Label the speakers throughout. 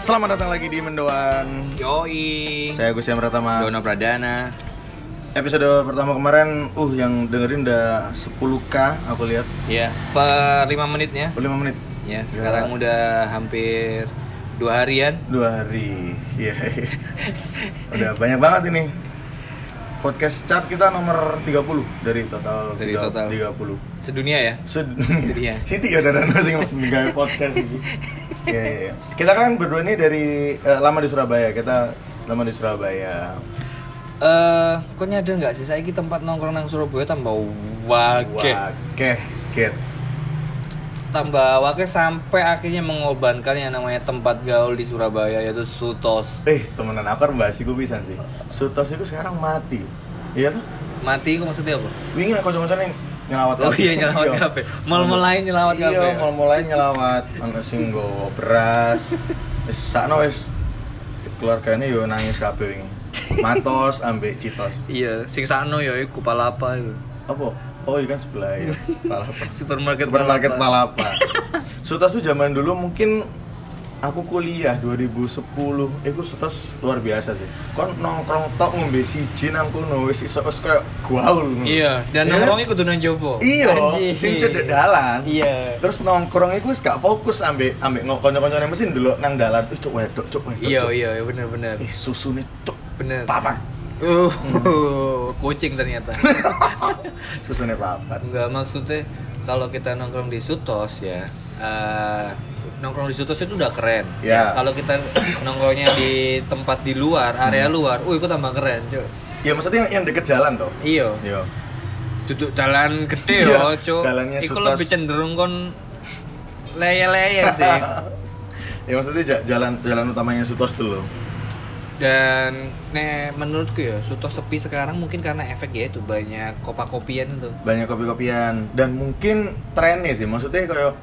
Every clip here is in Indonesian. Speaker 1: Selamat datang lagi di Mendoan.
Speaker 2: Yoi.
Speaker 1: Saya Agus Yang Pratama.
Speaker 2: Dono Pradana.
Speaker 1: Episode pertama kemarin, uh yang dengerin udah 10k aku lihat.
Speaker 2: Ya, per 5 menitnya.
Speaker 1: 5 menit.
Speaker 2: Ya, sekarang udah hampir dua harian.
Speaker 1: Dua hari. Iya. udah banyak banget ini. Podcast chart kita nomor 30 dari total
Speaker 2: Dari
Speaker 1: tiga-
Speaker 2: total.
Speaker 1: 30.
Speaker 2: Sedunia ya.
Speaker 1: Sud
Speaker 2: Sedih ya?
Speaker 1: Siti ya udah sing gawe podcast ini. Iya iya. iya. Kita kan berdua ini dari eh, lama di Surabaya. Kita lama di Surabaya.
Speaker 2: Eh, kok nyadar nggak sih saya tempat nongkrong nang Surabaya tambah wake.
Speaker 1: Oke. Oke.
Speaker 2: Tambah wake sampai akhirnya mengorbankan yang namanya tempat gaul di Surabaya yaitu Sutos.
Speaker 1: Eh, temenan aku kan bahas iku pisan sih. Sutos iku sekarang mati. Iya tuh.
Speaker 2: Mati itu maksudnya apa?
Speaker 1: Wingi nek kanca ning nyelawat.
Speaker 2: Oh iya, nyelawat
Speaker 1: Iya.
Speaker 2: kabeh. Mall-mall lain nyelawat ya?
Speaker 1: Iya,
Speaker 2: kabeh.
Speaker 1: mall-mall lain nyelawat. Ana sing nggawa beras. Wis sakno wis keluargane yo nangis kabeh wingi. Matos ambek Citos.
Speaker 2: Iya, sing sakno ya iku Palapa itu.
Speaker 1: Apa? Oh, iya kan sebelah ya. Palapa.
Speaker 2: Supermarket
Speaker 1: Supermarket
Speaker 2: Palapa.
Speaker 1: Palapa. Sutas tuh zaman dulu mungkin aku kuliah 2010. Eh, ku Sutas luar biasa sih. Kon nongkrong tok ngombe siji nang kono wis iso wis kayak gaul.
Speaker 2: Iya, dan
Speaker 1: Ya kan?
Speaker 2: nongkrongnya kudu nang jowo.
Speaker 1: Iya,
Speaker 2: Anjing.
Speaker 1: sing cedek dalan.
Speaker 2: Iya.
Speaker 1: Terus nongkrong iku wis gak fokus ambek ambek kanca-kancane mesin dulu nang dalan. Eh, cuk wedok, cuk wedok.
Speaker 2: Iya,
Speaker 1: cuk.
Speaker 2: iya, iya, bener-bener.
Speaker 1: Eh, susune cuk.
Speaker 2: Bener.
Speaker 1: Papat.
Speaker 2: Uh, kucing ternyata.
Speaker 1: Susune papat.
Speaker 2: Enggak maksudnya kalau kita nongkrong di Sutos ya. eh, nongkrong di Sutos itu udah keren.
Speaker 1: Ya.
Speaker 2: Kalau kita nongkrongnya di tempat di luar,
Speaker 1: Hmm.
Speaker 2: area luar, uh itu tambah keren, cuy.
Speaker 1: Ya maksudnya yang, yang deket jalan toh.
Speaker 2: Iyo.
Speaker 1: Iya.
Speaker 2: Duduk jalan gede
Speaker 1: Iya,
Speaker 2: yo, cuy.
Speaker 1: jalannya
Speaker 2: Iku
Speaker 1: Sutos.
Speaker 2: lebih cenderung kon leye-leye sih.
Speaker 1: Ya maksudnya ja- jalan jalan utamanya Sutos dulu.
Speaker 2: Dan nek menurutku ya, Sutos sepi sekarang mungkin karena efek ya itu banyak kopa-kopian itu.
Speaker 1: banyak kopi-kopian dan mungkin trennya sih maksudnya kayak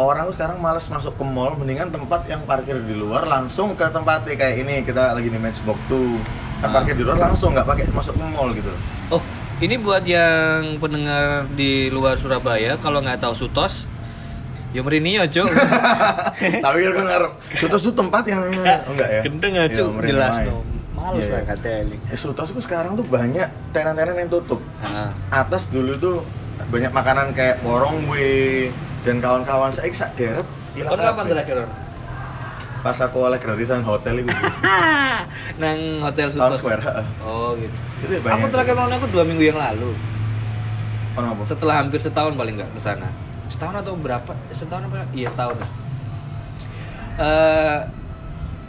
Speaker 1: orang tuh sekarang males masuk ke mall mendingan tempat yang parkir di luar langsung ke tempatnya kayak ini kita lagi di Matchbox tuh kan
Speaker 2: Ah.
Speaker 1: parkir di luar langsung nggak pakai masuk ke mall gitu loh
Speaker 2: Oh, ini buat yang pendengar di luar Surabaya, kalau nggak tahu Sutos, ya merini ya, Cuk.
Speaker 1: tapi kan ngarep Sutos tuh tempat yang oh, enggak ya
Speaker 2: Gendeng ya, Cuk.
Speaker 1: Iya,
Speaker 2: Jelas
Speaker 1: main.
Speaker 2: dong. Males
Speaker 1: Iya,
Speaker 2: lah
Speaker 1: iya.
Speaker 2: kata Eli. Ah.
Speaker 1: Eh, Sutos tuh sekarang tuh banyak tenan-tenan yang tutup
Speaker 2: Heeh.
Speaker 1: atas dulu tuh banyak makanan kayak borong gue dan kawan-kawan saya sak deret ilang
Speaker 2: Kon kapan
Speaker 1: kabeh.
Speaker 2: terakhir, Ron?
Speaker 1: pas aku oleh gratisan hotel itu
Speaker 2: Nang Hotel
Speaker 1: Town
Speaker 2: Sutos.
Speaker 1: Square, heeh.
Speaker 2: Oh, gitu.
Speaker 1: Itu ya banyak.
Speaker 2: Aku terakhir nonton aku dua minggu yang lalu.
Speaker 1: Kenapa?
Speaker 2: Setelah hampir setahun paling nggak ke sana. Setahun atau berapa? Setahun apa? Iya, setahun. lah. Eh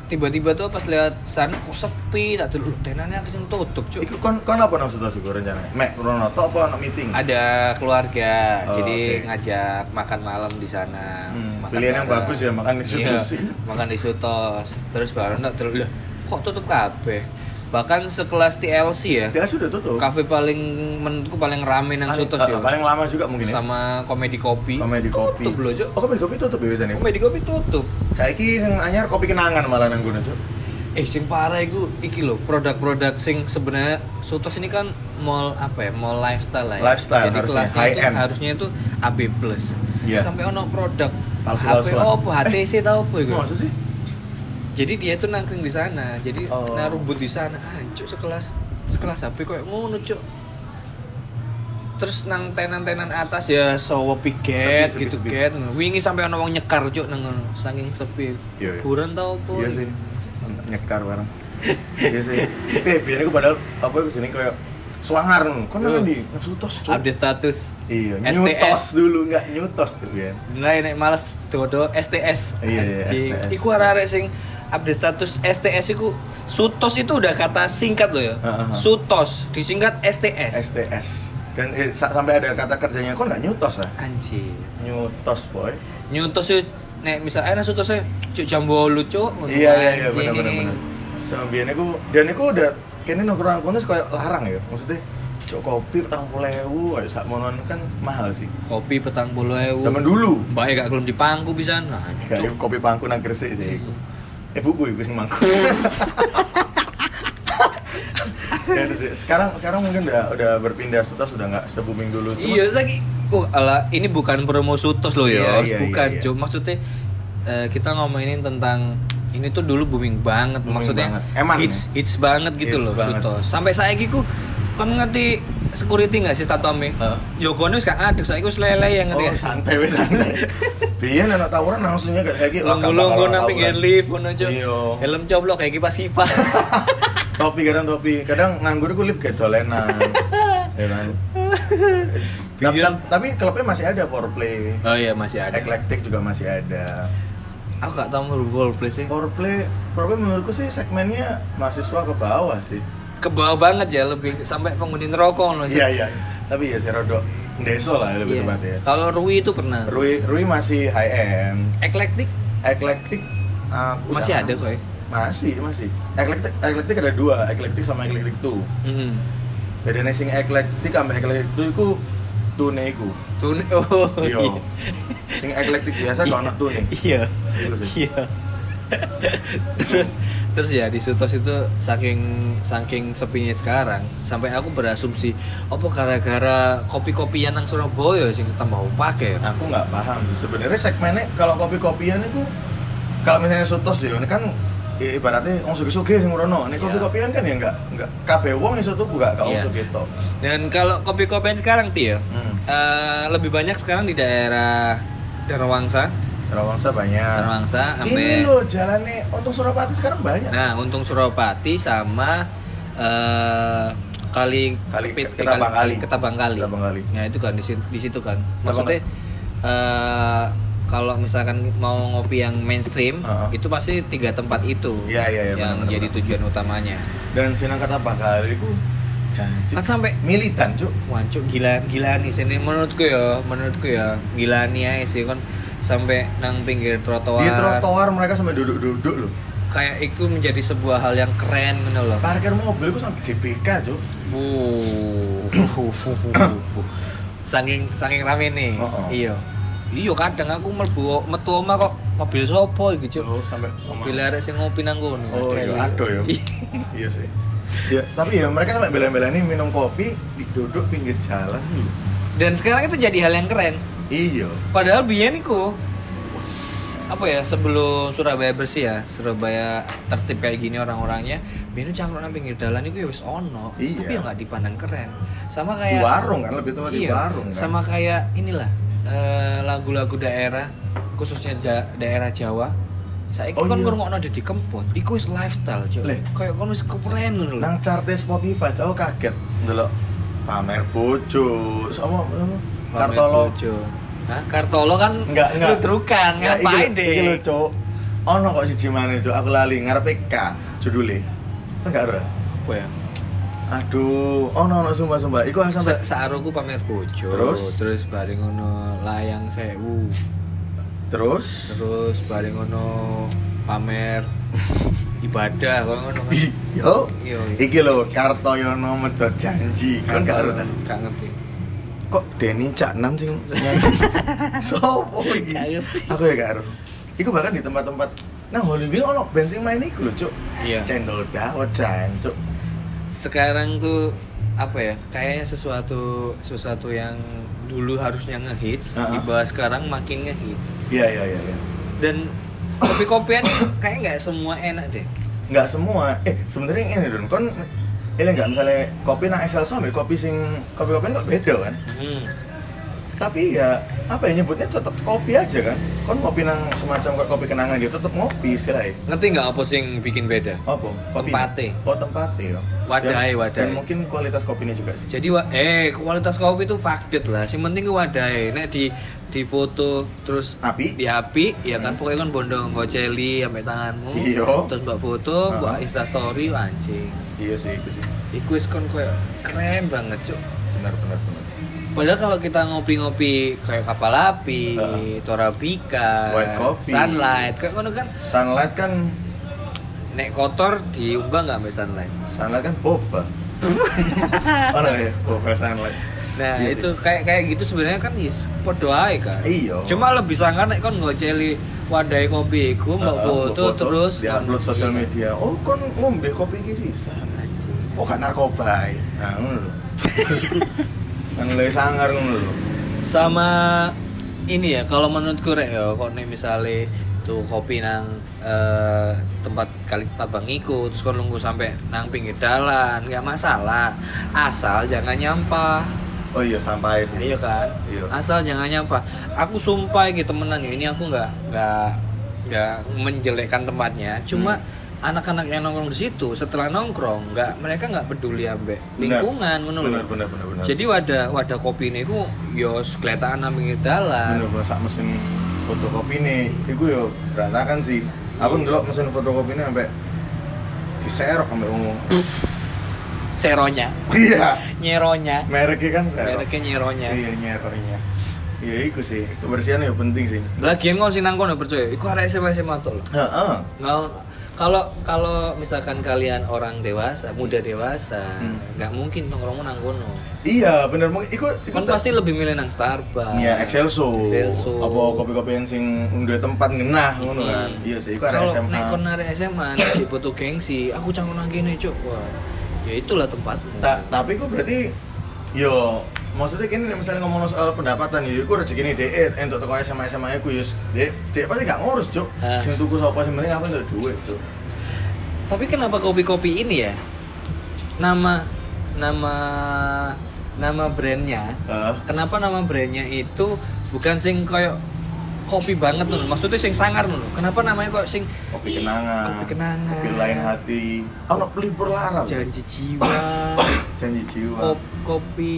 Speaker 2: tiba-tiba tuh pas lihat sana kok sepi tak dulu tenannya kesini tutup cuy
Speaker 1: Iku kon kon apa nang sudah syukur rencananya? Mek Rono to apa anak meeting?
Speaker 2: ada keluarga
Speaker 1: Oh, oke.
Speaker 2: jadi ngajak makan malam di sana
Speaker 1: Hmm,
Speaker 2: Makan
Speaker 1: pilihan yang
Speaker 2: bareng.
Speaker 1: bagus ya, makan di
Speaker 2: Iya,
Speaker 1: Sutos.
Speaker 2: makan di Sutos terus baru ndak terus "Lah, kok tutup kabeh bahkan sekelas TLC ya
Speaker 1: Dia sudah tutup.
Speaker 2: kafe paling menurutku paling rame nang
Speaker 1: Paling-
Speaker 2: Sutos
Speaker 1: eh,
Speaker 2: ya
Speaker 1: Paling lama juga mungkin ya.
Speaker 2: sama komedi kopi
Speaker 1: Komedi kopi.
Speaker 2: tutup loh Cuk.
Speaker 1: Oh, komedi kopi tutup ya biasanya.
Speaker 2: komedi kopi tutup
Speaker 1: Saiki sing anyar kopi kenangan malah nang gunung, Cuk.
Speaker 2: eh sing parah iku iki loh produk-produk sing sebenarnya Sutos ini kan mall apa ya mall lifestyle lah ya.
Speaker 1: Lifestyle,
Speaker 2: jadi
Speaker 1: harusnya
Speaker 2: kelasnya
Speaker 1: high
Speaker 2: itu
Speaker 1: end.
Speaker 2: harusnya itu AB plus
Speaker 1: Iya.
Speaker 2: sampai ono produk
Speaker 1: Palsu-palsuan.
Speaker 2: HP opo HTC tau apa iku
Speaker 1: Maksud sih?
Speaker 2: jadi dia tuh nangkring di sana jadi
Speaker 1: Oh.
Speaker 2: naruh but di sana hancur sekelas sekelas HP kayak ngono cuk terus nang tenan-tenan atas ya sowo piket
Speaker 1: Sepi, sepi,
Speaker 2: gitu
Speaker 1: sepi.
Speaker 2: get wingi sampai ono wong nyekar cuk nang ngono saking sepi
Speaker 1: Iya, iya.
Speaker 2: buran tau apa
Speaker 1: Iya sih. Nyekar bareng. Iya sih. Eh, biyen aku padahal apa iku jenenge koyo Swangar ngono. Kon nang
Speaker 2: Iya.
Speaker 1: ndi? Nang Sutos, Cuk.
Speaker 2: update status
Speaker 1: Iya,
Speaker 2: STS.
Speaker 1: nyutos dulu enggak nyutos tuh biyen.
Speaker 2: Mulai nek males dodo STS.
Speaker 1: Iya, iya,
Speaker 2: Anjing.
Speaker 1: STS.
Speaker 2: Iku arek-arek sing update status STS iku Sutos itu udah kata singkat loh ya.
Speaker 1: Ah, ah, ah.
Speaker 2: Sutos disingkat STS.
Speaker 1: STS. Dan eh, sa- sampai ada kata kerjanya kon enggak nyutos ah.
Speaker 2: Anjir.
Speaker 1: Nyutos, boy.
Speaker 2: Nyutos itu nek misalnya enak Sutos e cuk jam 8 cuk. Ngono,
Speaker 1: Iya iya iya
Speaker 2: anjing.
Speaker 1: benar benar benar. Sama biyen aku dan aku udah kene nongkrong kono kayak larang ya. Maksudnya cok kopi petang puluh ewu, ayo sak monon kan mahal sih.
Speaker 2: Kopi petang puluh ewu.
Speaker 1: Zaman dulu.
Speaker 2: Mbak gak kelum di pangku bisa. Nah,
Speaker 1: Kayak
Speaker 2: cuk.
Speaker 1: kopi pangku nang Gresik sih iku. Eh buku iku sing mangku. Ya, terus ya, sekarang sekarang mungkin udah udah berpindah sudah sudah nggak se booming dulu Cuma-
Speaker 2: Iya lagi. Oh, ala ini bukan promo Sutos loh ya.
Speaker 1: Iya, iya,
Speaker 2: bukan,
Speaker 1: iya, iya.
Speaker 2: cuk. Maksudnya eh, kita ngomongin tentang ini tuh dulu booming banget
Speaker 1: Booming
Speaker 2: maksudnya
Speaker 1: banget. Eman
Speaker 2: hits hits banget gitu
Speaker 1: Hits
Speaker 2: loh
Speaker 1: banget.
Speaker 2: Suto. sampai saya ku kan ngerti security nggak sih statuame
Speaker 1: Heeh.
Speaker 2: Joko ini sekarang aduh saya ku selele yang ya, ngerti
Speaker 1: Oh,
Speaker 2: nggak sih?
Speaker 1: santai wes santai. Biyen anak tawuran langsungnya kayak kayak
Speaker 2: Longgo-longgo nang pinggir lift ngono Cuk.
Speaker 1: Iya.
Speaker 2: Helm coblok kayak kipas-kipas.
Speaker 1: Topi kadang topi, kadang nganggur gue lift kayak dolenan. Ya kan? Tapi,
Speaker 2: Biyen-
Speaker 1: tapi- tapi klubnya masih ada foreplay.
Speaker 2: oh iya masih ada.
Speaker 1: Eclectic juga masih ada.
Speaker 2: Aku gak tahu mau role play sih.
Speaker 1: Foreplay, foreplay menurutku sih segmennya mahasiswa ke bawah sih.
Speaker 2: Ke bawah banget ya lebih sampai penghuni neraka ngono sih.
Speaker 1: Iya iya. Tapi ya si Rodo Deso lah lebih
Speaker 2: Iya.
Speaker 1: tepatnya.
Speaker 2: Kalau Rui itu pernah.
Speaker 1: Rui Rui masih high end.
Speaker 2: Eklektik
Speaker 1: Eclectic aku
Speaker 2: masih
Speaker 1: udah-
Speaker 2: ada kok. ya?
Speaker 1: Masih, masih. Eclectic eclectic ada dua, eclectic sama eclectic two.
Speaker 2: Mm.
Speaker 1: Jadi nih sing eclectic sama eclectic two iku tune iku.
Speaker 2: Tune oh.
Speaker 1: Iya. Sing eclectic biasa kalau anak tune.
Speaker 2: Iya.
Speaker 1: Itu sih.
Speaker 2: Iya. terus terus ya di Sutos itu saking saking sepinya sekarang sampai aku berasumsi apa gara-gara kopi-kopian nang Surabaya sing kita mau pakai ya?"
Speaker 1: Aku nggak paham sih sebenarnya segmennya kalau kopi-kopian itu kalau misalnya sotos ya ini kan i- ibaratnya wong suge-suge sing ngono. Nek
Speaker 2: Iya.
Speaker 1: kopi-kopian kan ya enggak enggak kabeh wong iso tuku enggak gak wong
Speaker 2: Iya.
Speaker 1: suge tok.
Speaker 2: dan kalau kopi-kopian sekarang Tio
Speaker 1: Hmm.
Speaker 2: eh, lebih banyak sekarang di daerah Darawangsa
Speaker 1: Rawangsa banyak. Ini
Speaker 2: Darawangsa sampai
Speaker 1: loh jalannya untuk Surabati sekarang banyak.
Speaker 2: nah untung Suropati sama eh, kali
Speaker 1: Kali-
Speaker 2: Pit-
Speaker 1: Ketabang Kali.
Speaker 2: Ketabang Kali.
Speaker 1: Ketabang Kali.
Speaker 2: Nah, itu kan di situ, di situ kan.
Speaker 1: Ketabang
Speaker 2: Maksudnya eh, kalau misalkan mau ngopi yang mainstream
Speaker 1: Heeh.
Speaker 2: itu pasti tiga tempat itu
Speaker 1: Iya, iya, iya,
Speaker 2: yang
Speaker 1: benar,
Speaker 2: jadi
Speaker 1: benar.
Speaker 2: tujuan utamanya.
Speaker 1: dan senang kata bakal itu janji
Speaker 2: Kan sampai
Speaker 1: militan cuk
Speaker 2: Wancuk gila gila nih sini menurutku ya menurutku ya gila nih aja sih kan sampai nang pinggir trotoar,
Speaker 1: di trotoar mereka sampai duduk-duduk loh
Speaker 2: kayak itu menjadi sebuah hal yang keren gitu loh.
Speaker 1: parkir mobil ku sampai GBK cuk
Speaker 2: Wuh. saking saking rame nih.
Speaker 1: Oh, oh.
Speaker 2: Iya. Iya kadang aku mlebu metu omah kok mobil sopo iki, Cuk?
Speaker 1: Loh, sampai
Speaker 2: Mobil arek sing ngopi nang kono.
Speaker 1: oh iya ado ya
Speaker 2: Ih,
Speaker 1: iya sih ya tapi ya mereka sampai bela-belain minum kopi di- duduk pinggir jalan loh.
Speaker 2: Dan sekarang itu jadi hal yang keren.
Speaker 1: Hmm. iya
Speaker 2: Padahal biyen iku apa ya sebelum Surabaya bersih ya Surabaya tertib kayak gini orang-orangnya biyen cangkruk nang pinggir dalan itu ya wis ono
Speaker 1: Iya.
Speaker 2: tapi ya nggak dipandang keren sama
Speaker 1: di
Speaker 2: kayak
Speaker 1: warung kan lebih tua di warung kan
Speaker 2: Iya, sama kayak inilah eh, lagu-lagu daerah khususnya ja- daerah Jawa. Saiki
Speaker 1: Oh,
Speaker 2: kan
Speaker 1: iya.
Speaker 2: ngrungokno Didi Kempot, iku wis lifestyle, Cuk.
Speaker 1: Leh.
Speaker 2: Kayak kon wis keren ngono lho.
Speaker 1: nang chartnya Spotify oh kaget ndelok pamer bojo sama sama
Speaker 2: Pamit
Speaker 1: kartolo
Speaker 2: bojo. Hah? Kartolo kan
Speaker 1: Enggak, enggak.
Speaker 2: lu trukan,
Speaker 1: Enggak, iki
Speaker 2: ngapain
Speaker 1: lho-
Speaker 2: deh?
Speaker 1: Iki lho, Cuk. Ono kok siji maneh, Cuk. Aku lali ngarepe K judule. Kan Enggak ora.
Speaker 2: Apa ya?
Speaker 1: Aduh, ono ono sumpah-sumpah. Iku sampai
Speaker 2: Sa- Saaroku pamer bojo.
Speaker 1: Terus?
Speaker 2: terus bareng ngono layang sewu.
Speaker 1: terus
Speaker 2: Terus bareng ngono pamer ibadah kalau ngono kan.
Speaker 1: Ih, yo.
Speaker 2: Iya, iya.
Speaker 1: Iki lho Kartoyono medot janji. Kan gak ora. ta?
Speaker 2: Gak ngerti.
Speaker 1: Kok Deni Cak Nam sing nyanyi? Sopo iki?
Speaker 2: Gak ngerti.
Speaker 1: Aku ya gak ero. Iku bahkan di tempat-tempat Nah, Hollywood ono band sing main iku lho, Cuk.
Speaker 2: Iya.
Speaker 1: Cendol dawet, Cuk.
Speaker 2: sekarang tuh apa ya kayaknya sesuatu sesuatu yang dulu harusnya ngehits
Speaker 1: Uh-huh.
Speaker 2: dibahas sekarang makin ngehits
Speaker 1: Iya, iya, iya, iya.
Speaker 2: dan kopi kopian kayak nggak semua enak deh
Speaker 1: nggak semua eh sebenarnya ini don kon ini nggak misalnya kopi nang esel sama kopi sing kopi kopi kok beda kan
Speaker 2: hmm.
Speaker 1: tapi ya apa ya nyebutnya tetap kopi aja kan kon kopi nang semacam kayak kopi kenangan gitu tetap ngopi istilahnya
Speaker 2: ngerti nggak apa sih yang bikin beda
Speaker 1: apa kopi
Speaker 2: Tempate.
Speaker 1: oh tempate ya
Speaker 2: Wadahe,
Speaker 1: Dan-
Speaker 2: wadahe.
Speaker 1: dan mungkin kualitas kopinya juga sih
Speaker 2: jadi wa- eh kualitas kopi itu fakdet lah yang penting ke wadai nek di di foto terus
Speaker 1: Api. Hmm.
Speaker 2: di api ya kan pokoknya kan bondo ngoceli sampai tanganmu
Speaker 1: Iya.
Speaker 2: terus mbak foto
Speaker 1: Uh-huh.
Speaker 2: mbak instastory anjing
Speaker 1: iya sih itu sih
Speaker 2: iku wis kon koyo keren banget cuk
Speaker 1: benar benar benar
Speaker 2: Padahal kalau kita ngopi-ngopi kayak kapal api,
Speaker 1: Heeh.
Speaker 2: torapika,
Speaker 1: White coffee.
Speaker 2: sunlight, kayak ngono kan
Speaker 1: sunlight kan
Speaker 2: nek kotor diumbang nggak sampai sunlight.
Speaker 1: sunlight kan boba mana ya boba sunlight
Speaker 2: Nah
Speaker 1: Iya
Speaker 2: itu
Speaker 1: sih.
Speaker 2: kayak kayak gitu sebenarnya kan is podo ae kan.
Speaker 1: Iya.
Speaker 2: Cuma lebih sangar nek kon ngoceli wadai kopi iku mbok
Speaker 1: Heeh, mbok
Speaker 2: foto, terus
Speaker 1: di upload
Speaker 2: kon-
Speaker 1: sosial
Speaker 2: iya.
Speaker 1: media oh kon ngombe kopi iki sisan oh kan narkoba ya. nah ngono lho kan lebih sangar ngono lho
Speaker 2: Sama ini ya kalau menurutku rek ya kok nek misale tuku kopi nang eh, tempat kali tabang iku terus kon nunggu sampai nang pinggir dalan nggak masalah asal jangan nyampah
Speaker 1: oh iya sampai
Speaker 2: iya kan
Speaker 1: Iya.
Speaker 2: asal jangan nyampah aku sumpah gitu temenan ya, ini aku nggak nggak nggak menjelekkan tempatnya cuma
Speaker 1: Hmm.
Speaker 2: anak-anak yang nongkrong di situ setelah nongkrong nggak mereka nggak peduli ambek
Speaker 1: Benar.
Speaker 2: lingkungan ngono lho.
Speaker 1: benar benar benar benar
Speaker 2: jadi wadah wadah kopi ini ku yo kelihatan nang pinggir dalan
Speaker 1: bener bener sak mesin fotokopi nih itu yo berantakan sih aku ngelok mesin fotokopi ini sampai diserok sampai ngomong
Speaker 2: seronya
Speaker 1: iya
Speaker 2: nyeronya
Speaker 1: mereknya kan serok
Speaker 2: mereknya nyeronya
Speaker 1: iya nyeroknya iya itu sih kebersihan ya penting sih
Speaker 2: lagian kon sing nang kono percaya iku arek SMA SMA to lho
Speaker 1: Heeh.
Speaker 2: Nggak- kalau kalau misalkan kalian orang dewasa muda dewasa
Speaker 1: Hmm.
Speaker 2: nggak mungkin nongkrongmu nang kono
Speaker 1: iya bener mungkin ikut
Speaker 2: kan pasti lebih milih nang Starbucks
Speaker 1: Iya, Excelso.
Speaker 2: Excelso
Speaker 1: Apa kopi-kopi yang sing nduwe tempat ngenah ngono kan. Iya sih, iku arek
Speaker 2: Hmm. Kalau
Speaker 1: SMA.
Speaker 2: nek kon arek SMA nek si butuh gengsi aku canggung nang kene cuk wah ya itulah tempatmu
Speaker 1: Ta- tapi iku berarti yo maksudnya kini nek misalnya ngomong soal pendapatan ya iku rezeki ini dhek entuk teko SMA SMA iku yus dhek dhek pasti gak ngurus, Cuk.
Speaker 2: Ah.
Speaker 1: Sing tuku sapa sing penting aku entuk duit, Cuk.
Speaker 2: Tapi kenapa kopi-kopi ini ya? Nama nama nama brandnya.
Speaker 1: Heeh.
Speaker 2: Kenapa nama brandnya itu bukan sing koyo kopi banget loh, maksudnya sing sangar loh. Kenapa namanya kok sing
Speaker 1: Kopi kenangan.
Speaker 2: Kopi kenangan.
Speaker 1: Kopi lain hati. Ono pelipur larang.
Speaker 2: janji jiwa,
Speaker 1: Janji jiwa.
Speaker 2: kop- kopi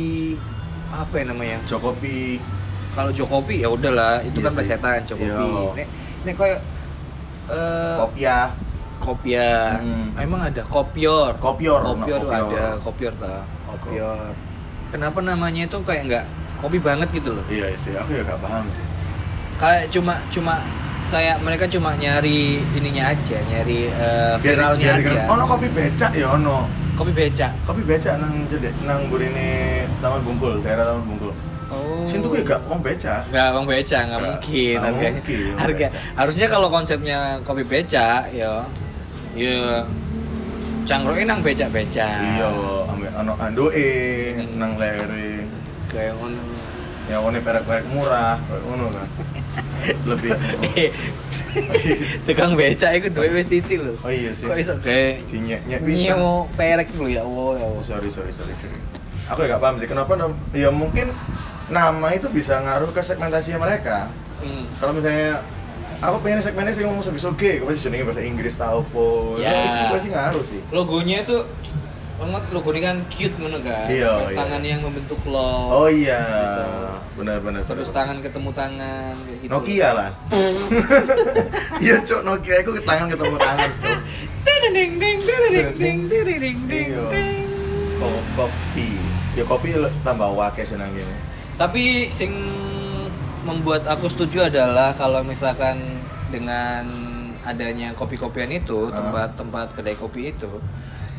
Speaker 2: apa ya namanya?
Speaker 1: Jokopi.
Speaker 2: Kalau Jokopi ya udahlah, itu
Speaker 1: Iya
Speaker 2: kan
Speaker 1: sih.
Speaker 2: plesetan Jokopi.
Speaker 1: Iya.
Speaker 2: Nek nek koyo eh,
Speaker 1: Kopia.
Speaker 2: Kopia.
Speaker 1: Hmm.
Speaker 2: Emang ada Kopior.
Speaker 1: Kopior,
Speaker 2: Kopior
Speaker 1: no,
Speaker 2: tuh
Speaker 1: Kopior.
Speaker 2: ada, Kopior tuh. Kopior. Kenapa namanya itu kayak nggak kopi banget gitu loh.
Speaker 1: Iya sih, aku ya gak paham sih.
Speaker 2: Kayak cuma cuma kayak mereka cuma nyari ininya aja, nyari eh,
Speaker 1: Biar- biar-
Speaker 2: viralnya aja.
Speaker 1: Ono kopi becak ya ono.
Speaker 2: Kopi becak.
Speaker 1: Kopi becak nang cedek nang burine Taman Bungkul, daerah Taman Bungkul.
Speaker 2: Oh.
Speaker 1: Sing tuku ya gak wong becak.
Speaker 2: Nggak, Bang Beca, nggak
Speaker 1: Nggak,
Speaker 2: mungkin
Speaker 1: nggak
Speaker 2: harganya.
Speaker 1: mungkin, Bang
Speaker 2: Harga.
Speaker 1: Beca.
Speaker 2: Harusnya kalau konsepnya kopi beca, ya, ya cangkrukin nang becak-becak.
Speaker 1: Iya, ambil ono andoe
Speaker 2: Hmm.
Speaker 1: nang lere.
Speaker 2: Kayak ngono.
Speaker 1: Ya one perek-perek murah, kayak ngono kan. Lebih.
Speaker 2: Tukang becak itu duit wis titik lho.
Speaker 1: Oh iya sih.
Speaker 2: Kok iso Iya, gawe
Speaker 1: Dinyek-nyek bisa. Oh,
Speaker 2: nyewo perek lho ya Allah ya Allah.
Speaker 1: Sorry, sorry, sorry, sorry. Aku ya gak paham sih kenapa nam- ya mungkin nama itu bisa ngaruh ke segmentasi mereka.
Speaker 2: Hmm.
Speaker 1: Kalau misalnya aku pengen segmennya sih ngomong soge-soge, aku pasti jenenge bahasa Inggris tau po.
Speaker 2: Ya.
Speaker 1: Itu pasti ngaruh sih.
Speaker 2: Logonya itu banget logo ini kan cute ngono kan.
Speaker 1: Iya,
Speaker 2: Kayak
Speaker 1: iya.
Speaker 2: Tangan yang membentuk love.
Speaker 1: Oh iya,
Speaker 2: Gitu.
Speaker 1: benar-benar.
Speaker 2: Terus tangan ketemu tangan kayak gitu.
Speaker 1: Nokia lah. Iya cok Nokia, aku ke tangan ketemu tangan. Cok.
Speaker 2: Ding ding ding ding ding ding ding ding ding.
Speaker 1: Iya.
Speaker 2: ding.
Speaker 1: Ko- Oh, kopi, ya kopi le- tambah wake sih nang gini.
Speaker 2: Tapi sing membuat aku setuju adalah kalau misalkan dengan adanya kopi-kopian
Speaker 1: Ah.
Speaker 2: itu, tempat-tempat kedai kopi itu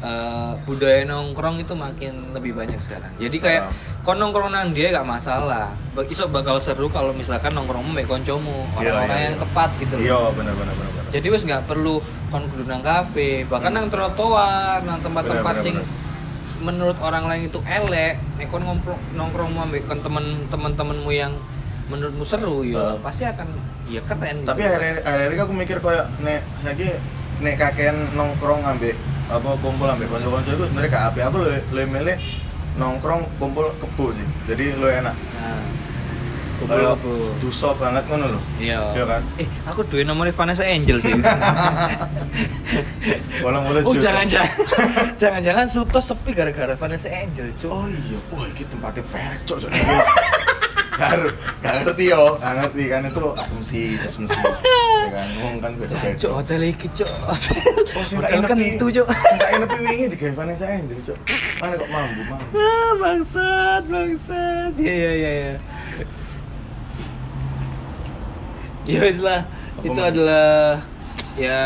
Speaker 2: eh, budaya nongkrong itu makin lebih banyak sekarang. Jadi kayak
Speaker 1: Ah.
Speaker 2: kon nongkrong nang dia gak masalah. Ba- Iso bakal seru kalau misalkan nongkrong mbek koncomu,
Speaker 1: Iya,
Speaker 2: orang-orang
Speaker 1: iya,
Speaker 2: yang
Speaker 1: iya.
Speaker 2: tepat gitu loh.
Speaker 1: Iya benar-benar benar-benar.
Speaker 2: Jadi wes nggak perlu kon kudu nang kafe, bahkan nang trotoar, nang tempat-tempat
Speaker 1: Hmm. Benar,
Speaker 2: sing
Speaker 1: benar,
Speaker 2: menurut orang lain itu elek, nek kon ngompro- nongkrong mau ambek kon temen temen-temenmu yang menurutmu seru ya
Speaker 1: Heeh.
Speaker 2: pasti akan ya keren
Speaker 1: Tapi akhir-akhir akhir-akhir aku mikir kayak nek saiki nek kakean nongkrong ambek apa kumpul ambek kanca-kanca itu sebenarnya gak apik. Aku le, le milih nongkrong kumpul kebo sih. Jadi lu enak.
Speaker 2: Nah,
Speaker 1: Kayak
Speaker 2: kumpul-kumpul.
Speaker 1: Duso banget ngono loh.
Speaker 2: Iya.
Speaker 1: Iya kan?
Speaker 2: Eh, aku duwe nomornya Vanessa Angel sih.
Speaker 1: Walang boleh
Speaker 2: oh, jangan-jangan. jangan-jangan Suto sepi gara-gara Vanessa Angel, cuy.
Speaker 1: Oh iya, wah ini tempatnya perek cok cok Garu, gak ngerti yo, gak ngerti kan itu asumsi, asumsi ya kan, ngomong kan
Speaker 2: Cok,
Speaker 1: beda-beda
Speaker 2: hotel iki, cok.
Speaker 1: Oh, sing tak
Speaker 2: Hotel kan
Speaker 1: inep iki.
Speaker 2: kentu, cok.
Speaker 1: Sing tak inep iki wingi di Gawe Vanessa Angel, cok Mana kok mambu, mambu
Speaker 2: Ah, bangsat, bangsat. Ya ya ya ya. Ya wis lah.
Speaker 1: Apa
Speaker 2: Itu
Speaker 1: mau-
Speaker 2: adalah ya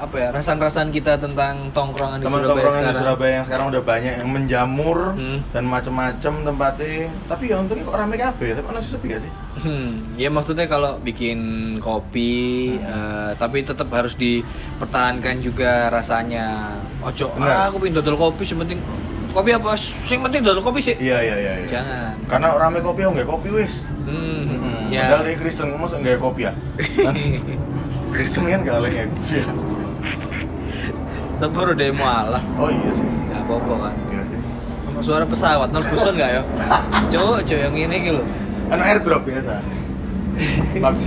Speaker 2: apa ya rasan-rasan kita tentang tongkrongan di
Speaker 1: Teman
Speaker 2: Surabaya
Speaker 1: tongkrongan di
Speaker 2: sekarang.
Speaker 1: Surabaya yang sekarang udah banyak yang menjamur
Speaker 2: Hmm.
Speaker 1: dan macem-macem tempatnya Tapi ya untungnya kok rame kabeh, tapi masih sepi gak sih?
Speaker 2: Hmm, ya maksudnya kalau bikin kopi
Speaker 1: Hmm.
Speaker 2: eh, tapi tetap harus dipertahankan juga rasanya. Ojo,
Speaker 1: Benar.
Speaker 2: ah, aku pin dodol kopi sementing kopi apa? Sing penting dodol kopi sih.
Speaker 1: Iya, iya, iya iya.
Speaker 2: Jangan.
Speaker 1: Karena rame oh, kopi, aku gak kopi wis
Speaker 2: Hmm,
Speaker 1: Hmm,
Speaker 2: ya.
Speaker 1: Padahal dia Kristen, kamu gak kopi ya? Kan? Kesenian gak oleh aku. Iya.
Speaker 2: Sebur udah mau alah.
Speaker 1: Oh iya sih.
Speaker 2: Gak apa-apa kan.
Speaker 1: Iya sih.
Speaker 2: Sama suara pesawat, nol busen gak ya? Cuk, cuk yang ini gitu.
Speaker 1: Anu airdrop biasa. PUBG.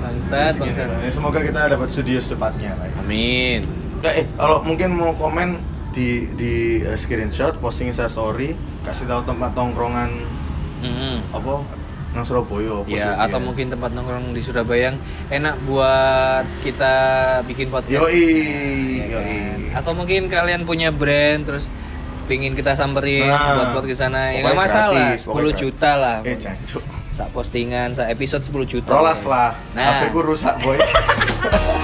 Speaker 2: Bangsat,
Speaker 1: Gitu.
Speaker 2: bangsat.
Speaker 1: Ya, Semoga kita dapat studio secepatnya. Pak.
Speaker 2: Amin.
Speaker 1: Nah, eh kalau mungkin mau komen di di eh, screenshot posting saya story kasih tahu tempat tongkrongan
Speaker 2: Mm-mm.
Speaker 1: apa nang Surabaya apa
Speaker 2: Mm-hmm.
Speaker 1: sih,
Speaker 2: Ya, atau
Speaker 1: iya.
Speaker 2: mungkin tempat nongkrong di Surabaya yang enak buat kita bikin podcast.
Speaker 1: yoi
Speaker 2: Ya kan?
Speaker 1: yoi
Speaker 2: Atau mungkin kalian punya brand terus pingin kita samperin
Speaker 1: Nah,
Speaker 2: buat podcast sana
Speaker 1: pokoknya
Speaker 2: ya nggak masalah
Speaker 1: gratis,
Speaker 2: 10
Speaker 1: pokoknya gratis.
Speaker 2: juta lah
Speaker 1: eh jancuk
Speaker 2: sak postingan sak episode 10 juta
Speaker 1: rolas lah
Speaker 2: nah
Speaker 1: HP ku rusak boy